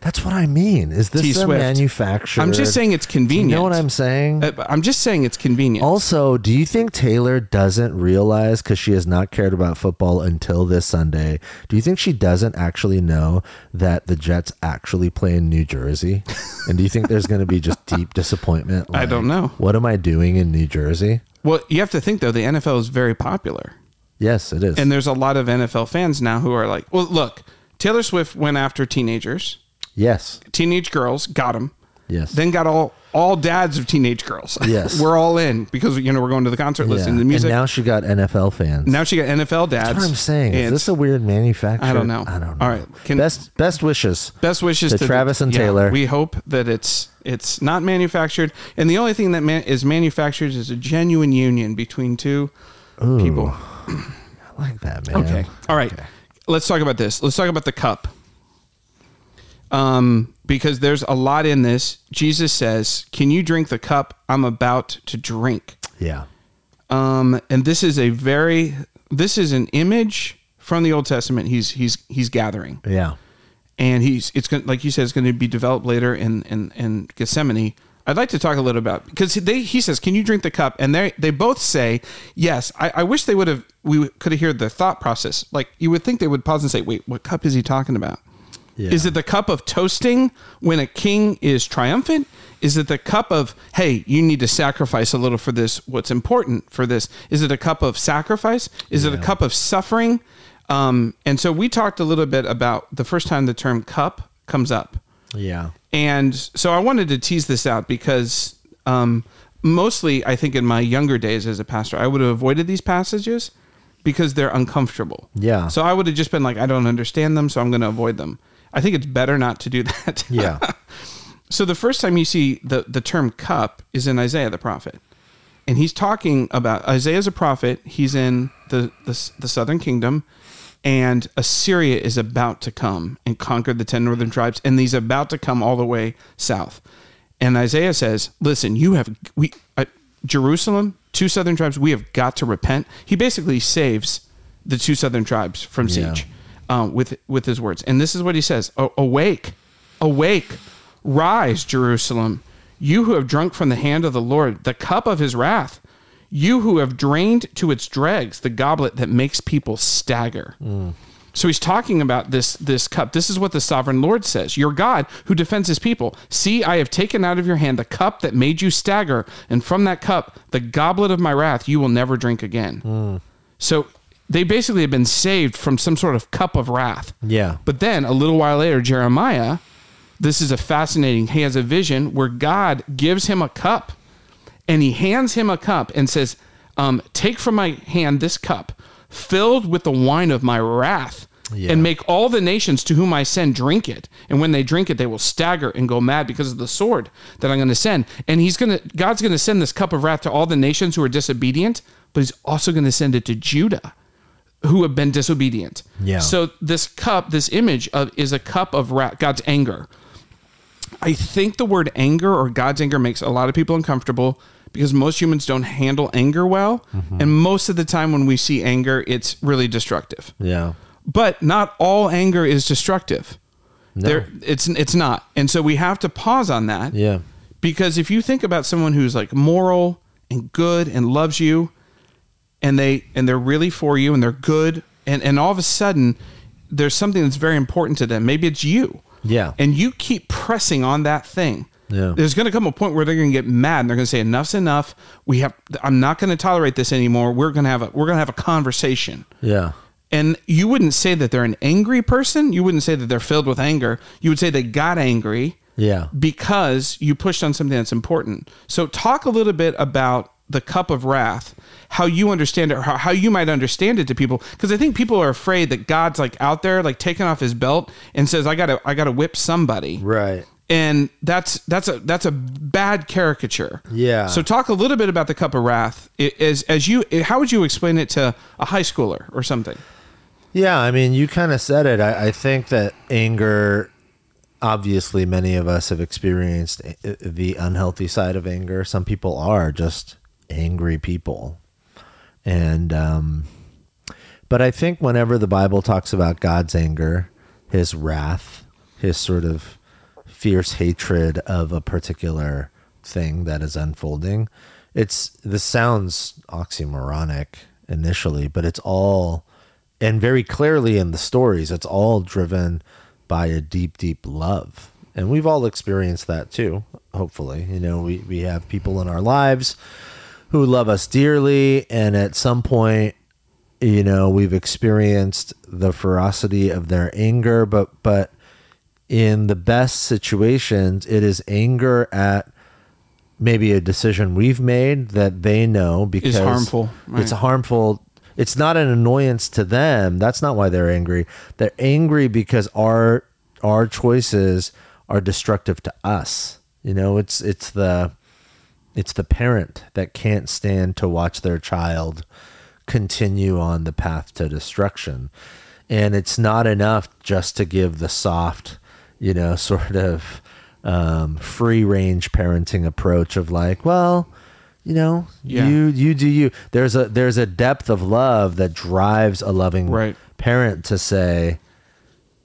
That's what I mean. Is this a
T-Swift.
manufactured?
I'm just saying it's convenient.
You know what I'm saying?
Uh, I'm just saying it's convenient.
Also, do you think Taylor doesn't realize because she has not cared about football until this Sunday? Do you think she doesn't actually know that the Jets actually play in New Jersey? And do you think there's going to be just deep disappointment?
I don't know.
What am I doing in New Jersey?
well, you have to think though. The NFL is very popular.
Yes, it is.
And there's a lot of NFL fans now who are like, well, look, Taylor Swift went after teenagers,
yes,
teenage girls, got them,
yes.
then got all all dads of teenage girls.
Yes.
we're all in because you know we're going to the concert,
Yeah.
listening to the music.
And
Now,
now she got NFL fans.
she got NFL dads.
That's what I'm saying. Is
And
this a weird manufacture?
I don't know.
I don't know.
All right. Can-
best best wishes.
best wishes
to
to,
Travis and
yeah,
Taylor.
We hope that it's it's not manufactured, and the only thing that man, is manufactured is a genuine union between two people.
I like that, man.
Okay. All right. Let's talk about this. Let's talk about the cup. Um, because there's a lot in this. Jesus says, Can you drink the cup I'm about to drink?
Yeah.
Um, and this is a very this is an image from the Old Testament he's he's he's gathering.
Yeah.
And he's it's going like you said, it's gonna be developed later in in, in Gethsemane. I'd like to talk a little about because they he says, Can you drink the cup? And they they both say, Yes. I, I wish they would have we could have heard their thought process. Like you would think they would pause and say, Wait, what cup is he talking about?
Yeah.
Is it the cup of toasting when a king is triumphant? Is it the cup of, hey, you need to sacrifice a little for this, what's important for this? Is it a cup of sacrifice? Is it a cup of suffering? Um, and so we talked a little bit about the first time the term cup comes up.
Yeah.
And so I wanted to tease this out because um, mostly I think in my younger days as a pastor, I would have avoided these passages because they're uncomfortable.
Yeah.
So I would have just been like, I don't understand them, so I'm going to avoid them. I think it's better not to do that.
Yeah.
so the first time you see the, the term cup is in Isaiah the prophet. And he's talking about Isaiah's a prophet. He's in the, the, the southern kingdom, and Assyria is about to come and conquer the 10 northern tribes, and he's about to come all the way south. And Isaiah says, Listen, you have, we, uh, Jerusalem, two southern tribes, we have got to repent. He basically saves the two southern tribes from
Yeah.
siege uh, with with his words. And this is what he says: "A- "Awake, awake, rise, Jerusalem, you who have drunk from the hand of the Lord the cup of His wrath, you who have drained to its dregs the goblet that makes people stagger." So he's talking about this this cup. This is what the sovereign Lord says. Your God who defends his people. See, I have taken out of your hand the cup that made you stagger, and from that cup, the goblet of my wrath you will never drink again. So they basically have been saved from some sort of cup of wrath.
Yeah.
But then a little while later, Jeremiah, this is a fascinating, he has a vision where God gives him a cup and he hands him a cup and says, um, Take from my hand this cup filled with the wine of my wrath,
Yeah.
and make all the nations to whom I send drink it. And when they drink it, they will stagger and go mad because of the sword that I'm going to send. And he's going to, God's going to send this cup of wrath to all the nations who are disobedient, but he's also going to send it to Judah who have been disobedient.
Yeah.
So this cup, this image of is a cup of wrath, God's anger. I think the word anger or God's anger makes a lot of people uncomfortable because most humans don't handle anger well. And most of the time when we see anger, it's really destructive.
Yeah.
But not all anger is destructive. There it's it's not. And so we have to pause on that.
Yeah.
Because if you think about someone who's like moral and good and loves you and they and they're really for you and they're good and and all of a sudden there's something that's very important to them. Maybe it's you.
Yeah.
And you keep pressing on that thing.
Yeah.
There's going to come a point where they're going to get mad and they're going to say enough's enough. We have I'm not going to tolerate this anymore. We're going to have a we're going to have a conversation.
Yeah.
And you wouldn't say that they're an angry person. You wouldn't say that they're filled with anger. You would say they got angry
Yeah.
because you pushed on something that's important. So, talk a little bit about the cup of wrath, how you understand it, or how how you might understand it to people, because I think people are afraid that God's like out there, like taking off his belt and says, "I gotta, I gotta whip somebody,"
Right.
and that's that's a that's a bad caricature.
Yeah.
So, talk a little bit about the cup of wrath. I- As as you, how would you explain it to a high schooler or something?
Yeah, I mean, you kind of said it. I, I think that anger, obviously, many of us have experienced i- the unhealthy side of anger. Some people are just angry people. And, um, but I think whenever the Bible talks about God's anger, his wrath, his sort of fierce hatred of a particular thing that is unfolding, it's this sounds oxymoronic initially, but it's all and very clearly in the stories, it's all driven by a deep, deep love. And we've all experienced that too, hopefully. You know, we, we have people in our lives who love us dearly and at some point you know we've experienced the ferocity of their anger but but in the best situations it is anger at maybe a decision we've made that they know because
harmful, right.
it's harmful it's not an annoyance to them that's not why they're angry they're angry because our our choices are destructive to us you know it's it's the it's the parent that can't stand to watch their child continue on the path to destruction. And it's not enough just to give the soft, you know, sort of um, free range parenting approach of like, well, you know,
Yeah.
you you do you. There's a there's a depth of love that drives a loving
Right.
parent to say,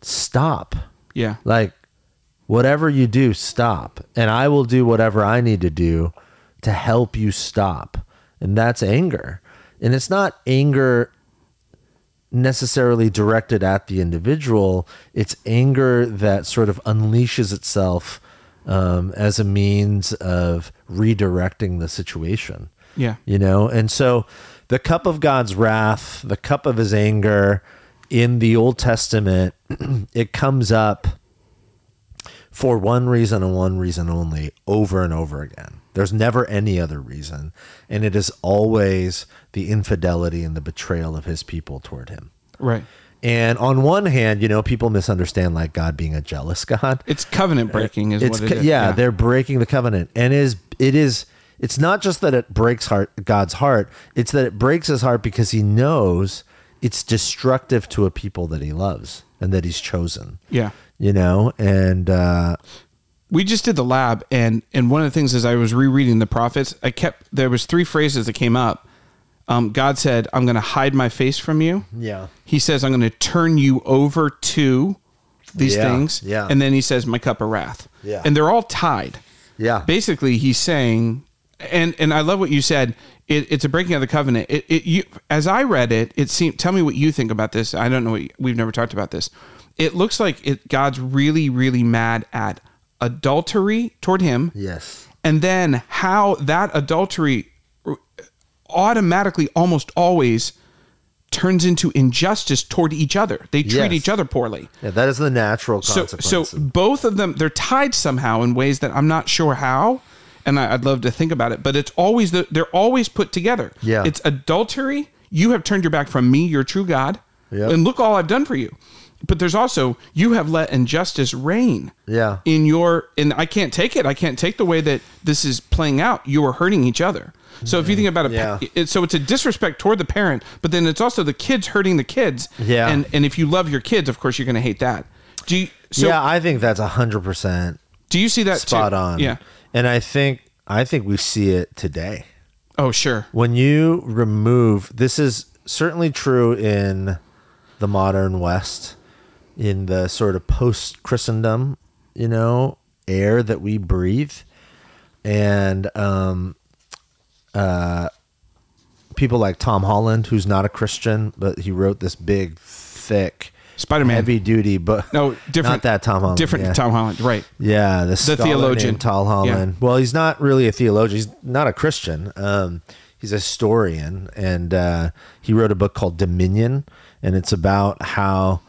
stop
Yeah.
like whatever you do stop and i will do whatever i need to do to help you stop and that's anger and it's not anger necessarily directed at the individual it's anger that sort of unleashes itself um, as a means of redirecting the situation
Yeah.
you know and so the cup of god's wrath the cup of his anger in the old testament it comes up for one reason and one reason only over and over again there's never any other reason and it is always the infidelity and the betrayal of his people toward him
Right.
and on one hand you know people misunderstand like god being a jealous god
It's covenant breaking, is
it's
what it
co-
is.
yeah, they're breaking the covenant and is it is it's not just that it breaks heart God's heart it's that it breaks his heart because he knows it's destructive to a people that he loves and that he's chosen
Yeah.
you know and uh
we just did the lab and and one of the things is i was rereading the prophets i kept there was three phrases that came up um, god said i'm going to hide my face from you
yeah
he says i'm going to turn you over to these
Yeah,
things
yeah.
and then he says my cup of wrath
Yeah.
and they're all tied
Yeah.
basically he's saying and and i love what you said it, it's a breaking of the covenant it, it you as i read it it seemed tell me what you think about this i don't know what you- we've never talked about this it looks like it god's really really mad at adultery toward him
yes
and then how that adultery automatically almost always turns into injustice toward each other they treat
Yes.
each other poorly
yeah that is the natural
so
consequence
so both of them they're tied somehow in ways that I'm not sure how, and I, I'd love to think about it. But it's always the, they're always put together.
Yeah.
it's adultery. You have turned your back from me, your true God.
Yep.
and look all I've done for you. But there's also you have let injustice reign
Yeah.
in your and I can't take it. I can't take the way that this is playing out. You are hurting each other. So if you think about it,
Yeah.
it, so it's a disrespect toward the parent, but then it's also the kids hurting the kids.
Yeah.
And and if you love your kids, of course you're going to hate that. Do you, so
yeah, I think that's hundred percent
do you see that too?
spot on.
Yeah.
And I think I think we see it today.
Oh sure.
When you remove this is certainly true in the modern West, in the sort of post Christendom, you know, air that we breathe. And um uh people like Tom Holland, who's not a Christian, but he wrote this big, thick
Spider-Man.
heavy duty but
No, different.
not that Tom Holland.
Different
yeah.
Tom Holland. Right.
Yeah, the, scholar
theologian.
named Tal Holland. Well, he's not really a theologian. He's not a Christian. Um, he's a historian, and uh, he wrote a book called Dominion, and it's about how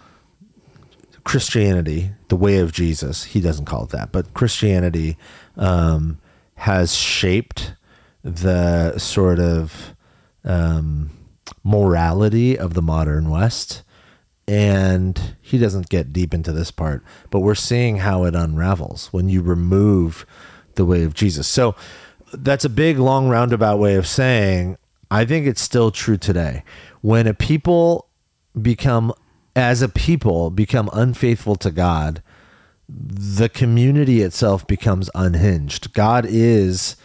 Christianity, the way of Jesus, he doesn't call it that, but Christianity um, has shaped the sort of um, morality of the modern West. And he doesn't get deep into this part, but we're seeing how it unravels when you remove the way of Jesus. So that's a big, long, roundabout way of saying I think it's still true today. When a people become as a people become unfaithful to God, the community itself becomes unhinged. God is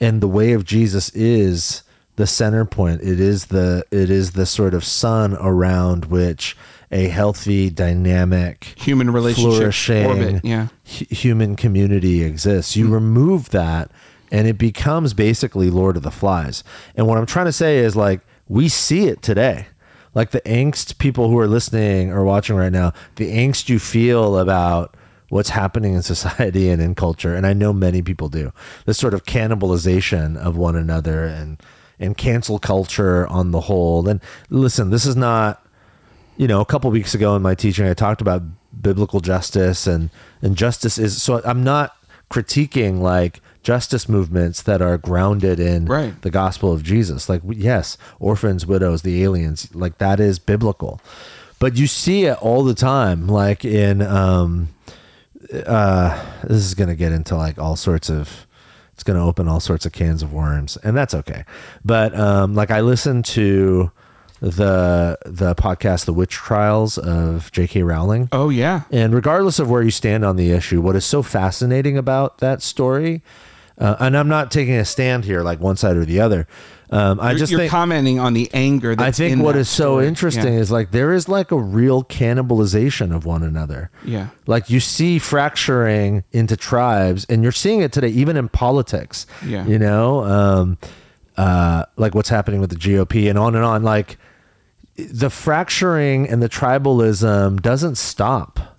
and the way of Jesus is the center point. It is the it is the sort of sun around which a healthy dynamic
Human relationship
flourishing
orbit, yeah. Mm.
hu- human community exists. You remove that and it becomes basically Lord of the Flies. And what I'm trying to say is like we see it today. Like the angst people who are listening or watching right now, the angst you feel about what's happening in society and in culture, and I know many people do. This sort of cannibalization of one another and and cancel culture on the whole. And listen, this is not you know, a couple weeks ago in my teaching, I talked about biblical justice and and justice is so I'm not critiquing like justice movements that are grounded in
Right.
the gospel of Jesus. Like we- yes, orphans, widows, the aliens, like that is biblical. But you see it all the time, like in um, this is going to get into like all sorts of it's going to open all sorts of cans of worms and that's okay but um like i listened to the the podcast the witch trials of jk rowling
Oh yeah.
and regardless of where you stand on the issue, what is so fascinating about that story, uh, and I'm not taking a stand here like one side or the other. Um, I
You're,
just
you're
think
commenting on the anger.
I
That's
think
in
what
that
is so
story.
interesting is like there is like a real cannibalization of one another.
Yeah.
Like you see fracturing into tribes, and you're seeing it today, even in politics.
Yeah.
You know, um, uh, like what's happening with the GOP and on and on. Like the fracturing and the tribalism doesn't stop.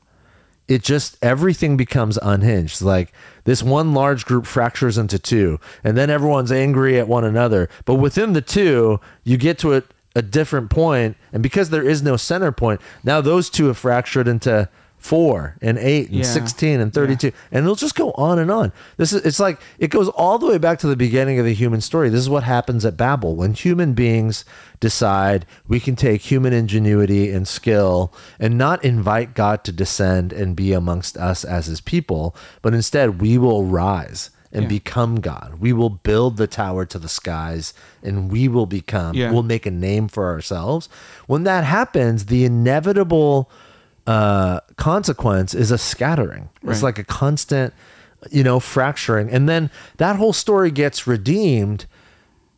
It just everything becomes unhinged. Like this one large group fractures into two, and then everyone's angry at one another. But within the two, you get to a, a different point, and because there is no center point, now those two have fractured into four and eight and
Yeah.
sixteen and thirty-two, and it'll just go on and on. This is it's like it goes all the way back to the beginning of the human story. This is what happens at Babel when human beings decide we can take human ingenuity and skill and not invite God to descend and be amongst us as his people, but instead we will rise and
Yeah.
become God. We will build the tower to the skies and we will become
Yeah.
we'll make a name for ourselves. When that happens, the inevitable uh, consequence is a scattering. It's
Right.
like a constant, you know, fracturing. And then that whole story gets redeemed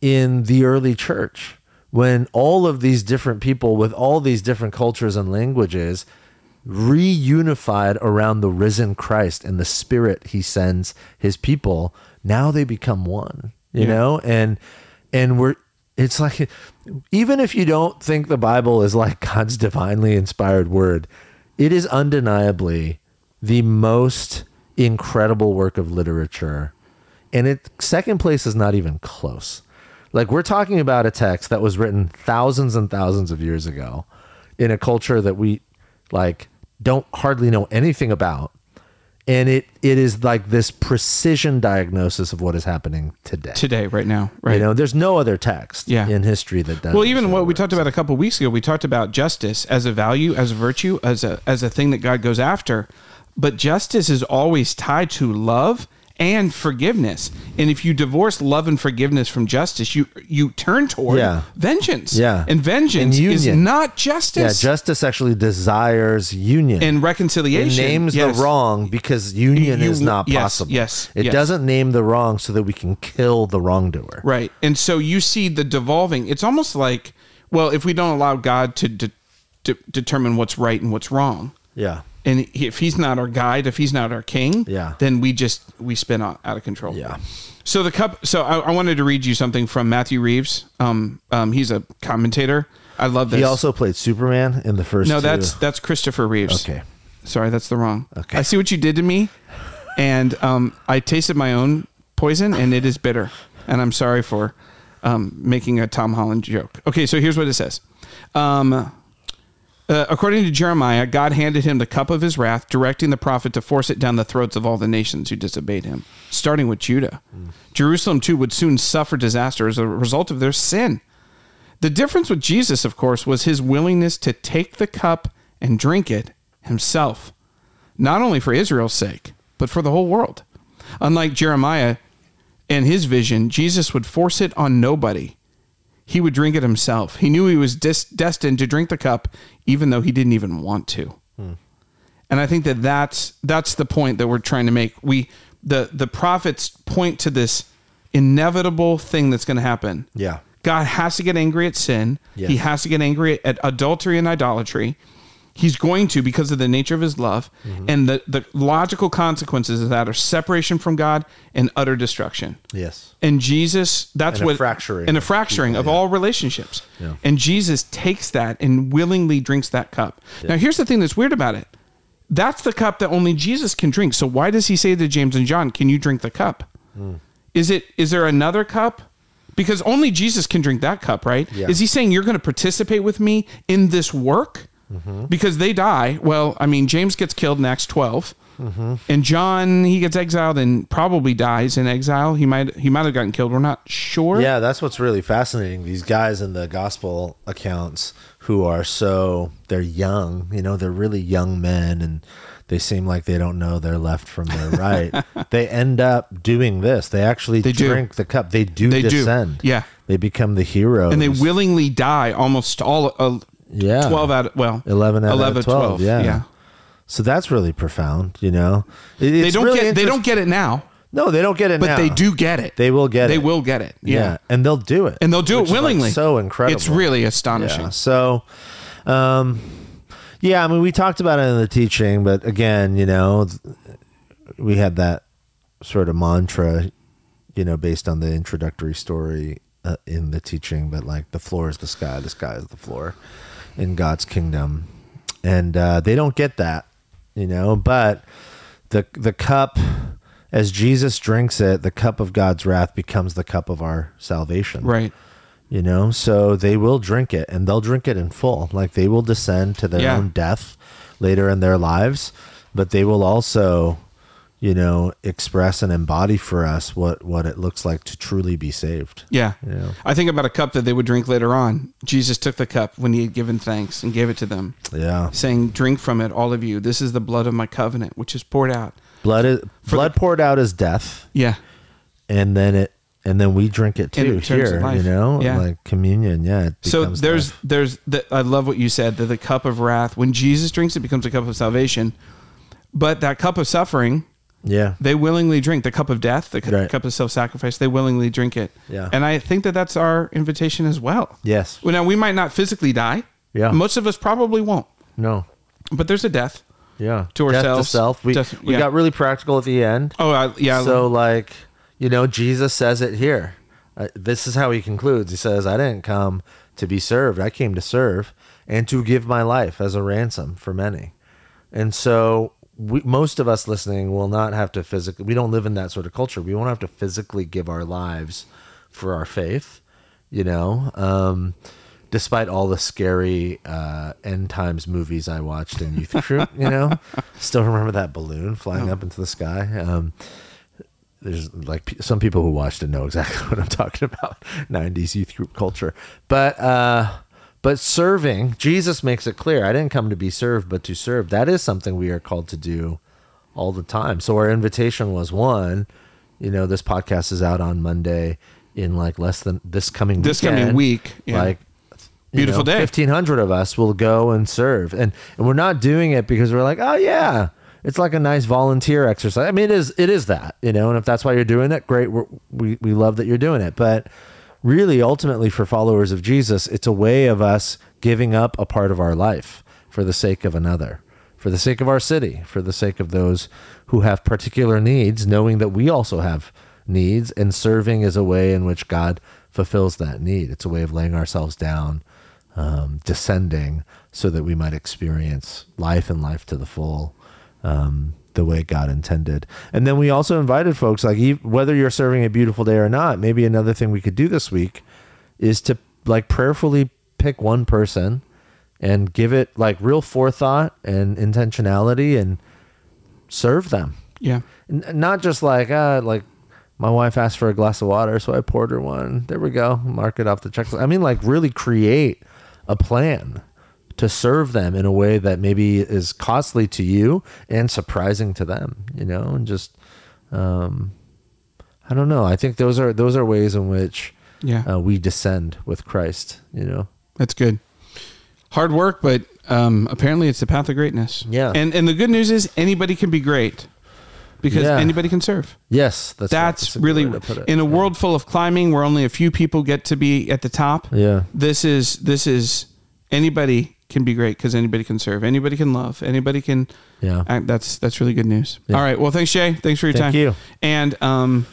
in the early church when all of these different people with all these different cultures and languages reunified around the risen Christ and the spirit he sends his people now they become one you
Yeah.
know and and we're it's like even if you don't think the bible is like god's divinely inspired word it is undeniably the most incredible work of literature and it second place is not even close like we're talking about a text that was written thousands and thousands of years ago in a culture that we like don't hardly know anything about and it it is like this precision diagnosis of what is happening today.
today, right now, right?
You know, there's no other text
Yeah.
in history that does.
well,
this
even
sort
what
of
we
work.
talked about a couple weeks ago, we talked about justice as a value, as a virtue, as a as a thing that God goes after. But justice is always tied to love and forgiveness. And if you divorce love and forgiveness from justice, you you turn toward
Yeah.
vengeance.
Yeah.
And vengeance
And
is
union.
not
yeah,
justice.
justice actually desires union.
and reconciliation
It names
yes.
the wrong because union
You-
is not
yes,
possible.
yes,
It
yes.
doesn't name the wrong so that we can kill the wrongdoer.
Right. And so you see the devolving. It's almost like, well, if we don't allow God to de- de- determine what's right and what's wrong,
Yeah.
and he, if he's not our guide, if he's not our king,
Yeah.
then we just we spin out, out of control.
Yeah.
So the cup. So I, I wanted to read you something from Matthew Reeves. Um, um, he's a commentator. I love this.
He also played Superman in the first
no,
two-
that's that's Christopher Reeves.
Okay.
Sorry, that's the wrong.
Okay.
I see what you did to me, and um, I tasted my own poison, and it is bitter. And I'm sorry for um, making a Tom Holland joke. Okay, so here's what it says. Um, uh, according to Jeremiah, God handed him the cup of his wrath, directing the prophet to force it down the throats of all the nations who disobeyed him, starting with Judah. Jerusalem, too, would soon suffer disaster as a result of their sin. The difference with Jesus, of course, was his willingness to take the cup and drink it himself, not only for Israel's sake, but for the whole world. Unlike Jeremiah and his vision, Jesus would force it on nobody. He would drink it himself. He knew he was dis- destined to drink the cup, even though he didn't even want to. And I think that that's that's the point that we're trying to make. We the the prophets point to this inevitable thing that's going to happen.
Yeah.
God has to get angry at sin.
Yes.
He has to get angry at adultery and idolatry. He's going to because of the nature of his love. And the, the logical consequences of that are separation from God and utter destruction.
Yes.
And Jesus, that's
And a
what
fracturing
and a
of
fracturing of all relationships.
Yeah.
And Jesus takes that and willingly drinks that cup. Now, here's the thing that's weird about it. That's the cup that only Jesus can drink. So why does he say to James and John, "Can you drink the cup?"
Hmm.
Is it is there another cup? Because only Jesus can drink that cup, right?
Yeah.
Is he saying you're going to participate with me in this work? Because they die. Well, I mean, James gets killed in Acts 12, and John he gets exiled and probably dies in exile. He might he might have gotten killed. We're not sure.
Yeah, that's what's really fascinating. These guys in the gospel accounts who are so they're young, you know, they're really young men and they seem like they don't know their left from their right. they end up doing this. They actually
do.
drink the cup. They do
They do.
descend.
Yeah.
They become the heroes.
and they willingly die. Almost all uh,
Yeah.
12 out of well
11 out of 12, yeah.
yeah.
So that's really profound, you know. It- it's
They don't
really
get they
interest-
don't get it now,
No, they don't get it
but
now.
they do get it.
They will get
They
it.
will get it.
Yeah.
yeah.
and they'll do it.
and they'll do it
which is, like,
willingly.
so incredible.
It's really astonishing.
Yeah. So, um, yeah, I mean, we talked about it in the teaching, but again, you know, th- we had that sort of mantra, you know, based on the introductory story uh, in the teaching, but like the floor is the sky, the sky is the floor in God's kingdom. And uh, they don't get that, you know, but the, the cup, as Jesus drinks it, the cup of God's wrath becomes the cup of our salvation
Right.
you know so they will drink it and they'll drink it in full like they will descend to their
Yeah.
own death later in their lives but they will also you know express and embody for us what what it looks like to truly be saved
Yeah.
Yeah.
I think about a cup that they would drink later on. Jesus took the cup when he had given thanks and gave it to them,
yeah
saying, Drink from it, all of you. This is the blood of my covenant, which is poured out.
blood is, blood poured out is death
Yeah.
and then it and then we drink it
And
too
it turns to
here you
life.
know
Yeah.
like communion yeah it
So
becomes
there's
life.
there's the, I love what you said that the cup of wrath when Jesus drinks it becomes a cup of salvation, but that cup of suffering
yeah
they willingly drink the cup of death, the cu-
Right.
cup of self-sacrifice. They willingly drink it.
Yeah.
And I think that that's our invitation as well.
yes
Well, now we might not physically die.
Yeah.
Most of us probably won't,
no
but there's a death.
yeah
To
Death
ourselves.
self. we,
Death-
we
yeah.
got really practical at the end
Oh, I, yeah. I-
so like you know jesus says it here uh, this is how he concludes he says i didn't come to be served i came to serve and to give my life as a ransom for many and so we, most of us listening will not have to physically we don't live in that sort of culture we won't have to physically give our lives for our faith you know um despite all the scary uh, end times movies I watched in youth group, you know, still remember that balloon flying up into the sky. Um, there's like p- some people who watched it know exactly what I'm talking about. 90s youth group culture, but uh, but serving Jesus makes it clear. I didn't come to be served, but to serve. That is something we are called to do all the time. So our invitation was one. You know, this podcast is out on Monday in like less than this coming
This coming
weekend.
week, yeah.
like you
Beautiful day.
1500 of us will go and serve and and we're not doing it because we're like oh yeah it's like a nice volunteer exercise i mean it is it is that you know and if that's why you're doing it great we're, we we love that you're doing it but really ultimately for followers of jesus it's a way of us giving up a part of our life for the sake of another for the sake of our city for the sake of those who have particular needs knowing that we also have needs and serving is a way in which god fulfills that need it's a way of laying ourselves down um, descending so that we might experience life and life to the full um, the way God intended. And then we also invited folks, like, ev- whether you're serving a beautiful day or not, maybe another thing we could do this week is to like prayerfully pick one person and give it like real forethought and intentionality and serve them.
Yeah.
N- not just like uh like my wife asked for a glass of water so i poured her one there we go mark it off the checklist i mean like really create a plan to serve them in a way that maybe is costly to you and surprising to them you know and just um i don't know i think those are those are ways in which
Yeah.
uh, we descend with christ you know
That's good. Hard work, but um, apparently it's the path of greatness.
Yeah.
And and the good news is anybody can be great because
Yeah.
anybody can serve.
yes that's right.
That's,
a good
really
way to put it.
in a world full of climbing where only a few people get to be at the top.
yeah
This is this is anybody can be great because anybody can serve. Anybody can love. Anybody can.
Yeah.
Uh, that's that's really good news. All right. Well, thanks, Jay. Thanks for your time.
Thank you.
And um,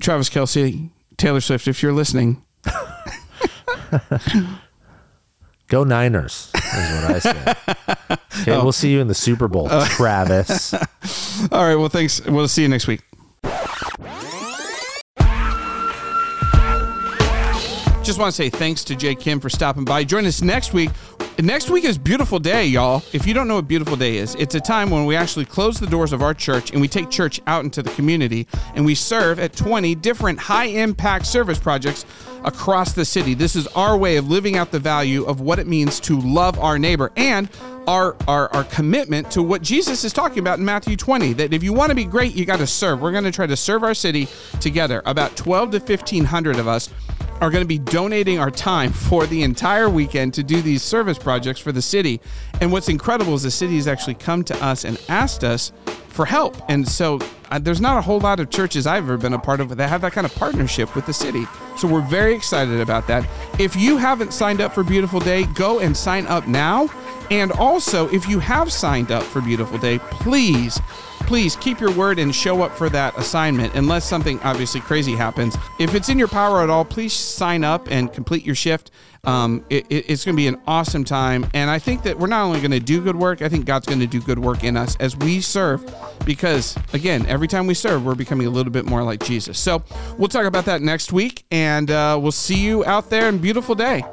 Travis Kelsey, Taylor Swift, if you're listening,
Go Niners is what I say. Okay, we'll see you in the Super Bowl, Travis.
All right. Well, thanks. We'll see you next week. Just want to say thanks to Jay Kim for stopping by. Join us next week. Next week is Beautiful Day, y'all. If you don't know what Beautiful Day is, it's a time when we actually close the doors of our church and we take church out into the community and we serve at 20 different high impact service projects across the city. This is our way of living out the value of what it means to love our neighbor and our, our, our commitment to what Jesus is talking about in Matthew 20 that if you want to be great, you got to serve. We're going to try to serve our city together. About 12 to 1,500 of us are going to be donating our time for the entire weekend to do these service projects for the city. And what's incredible is the city has actually come to us and asked us for help. And so uh, there's not a whole lot of churches I've ever been a part of that have that kind of partnership with the city. So we're very excited about that. If you haven't signed up for Beautiful Day, go and sign up now. And also, if you have signed up for Beautiful Day, please please keep your word and show up for that assignment unless something obviously crazy happens. If it's in your power at all, please sign up and complete your shift. Um, it, it- it's going to be an awesome time. And I think that we're not only going to do good work, I think God's going to do good work in us as we serve because, again, every time we serve, we're becoming a little bit more like Jesus. So we'll talk about that next week and uh, we'll see you out there in beautiful day.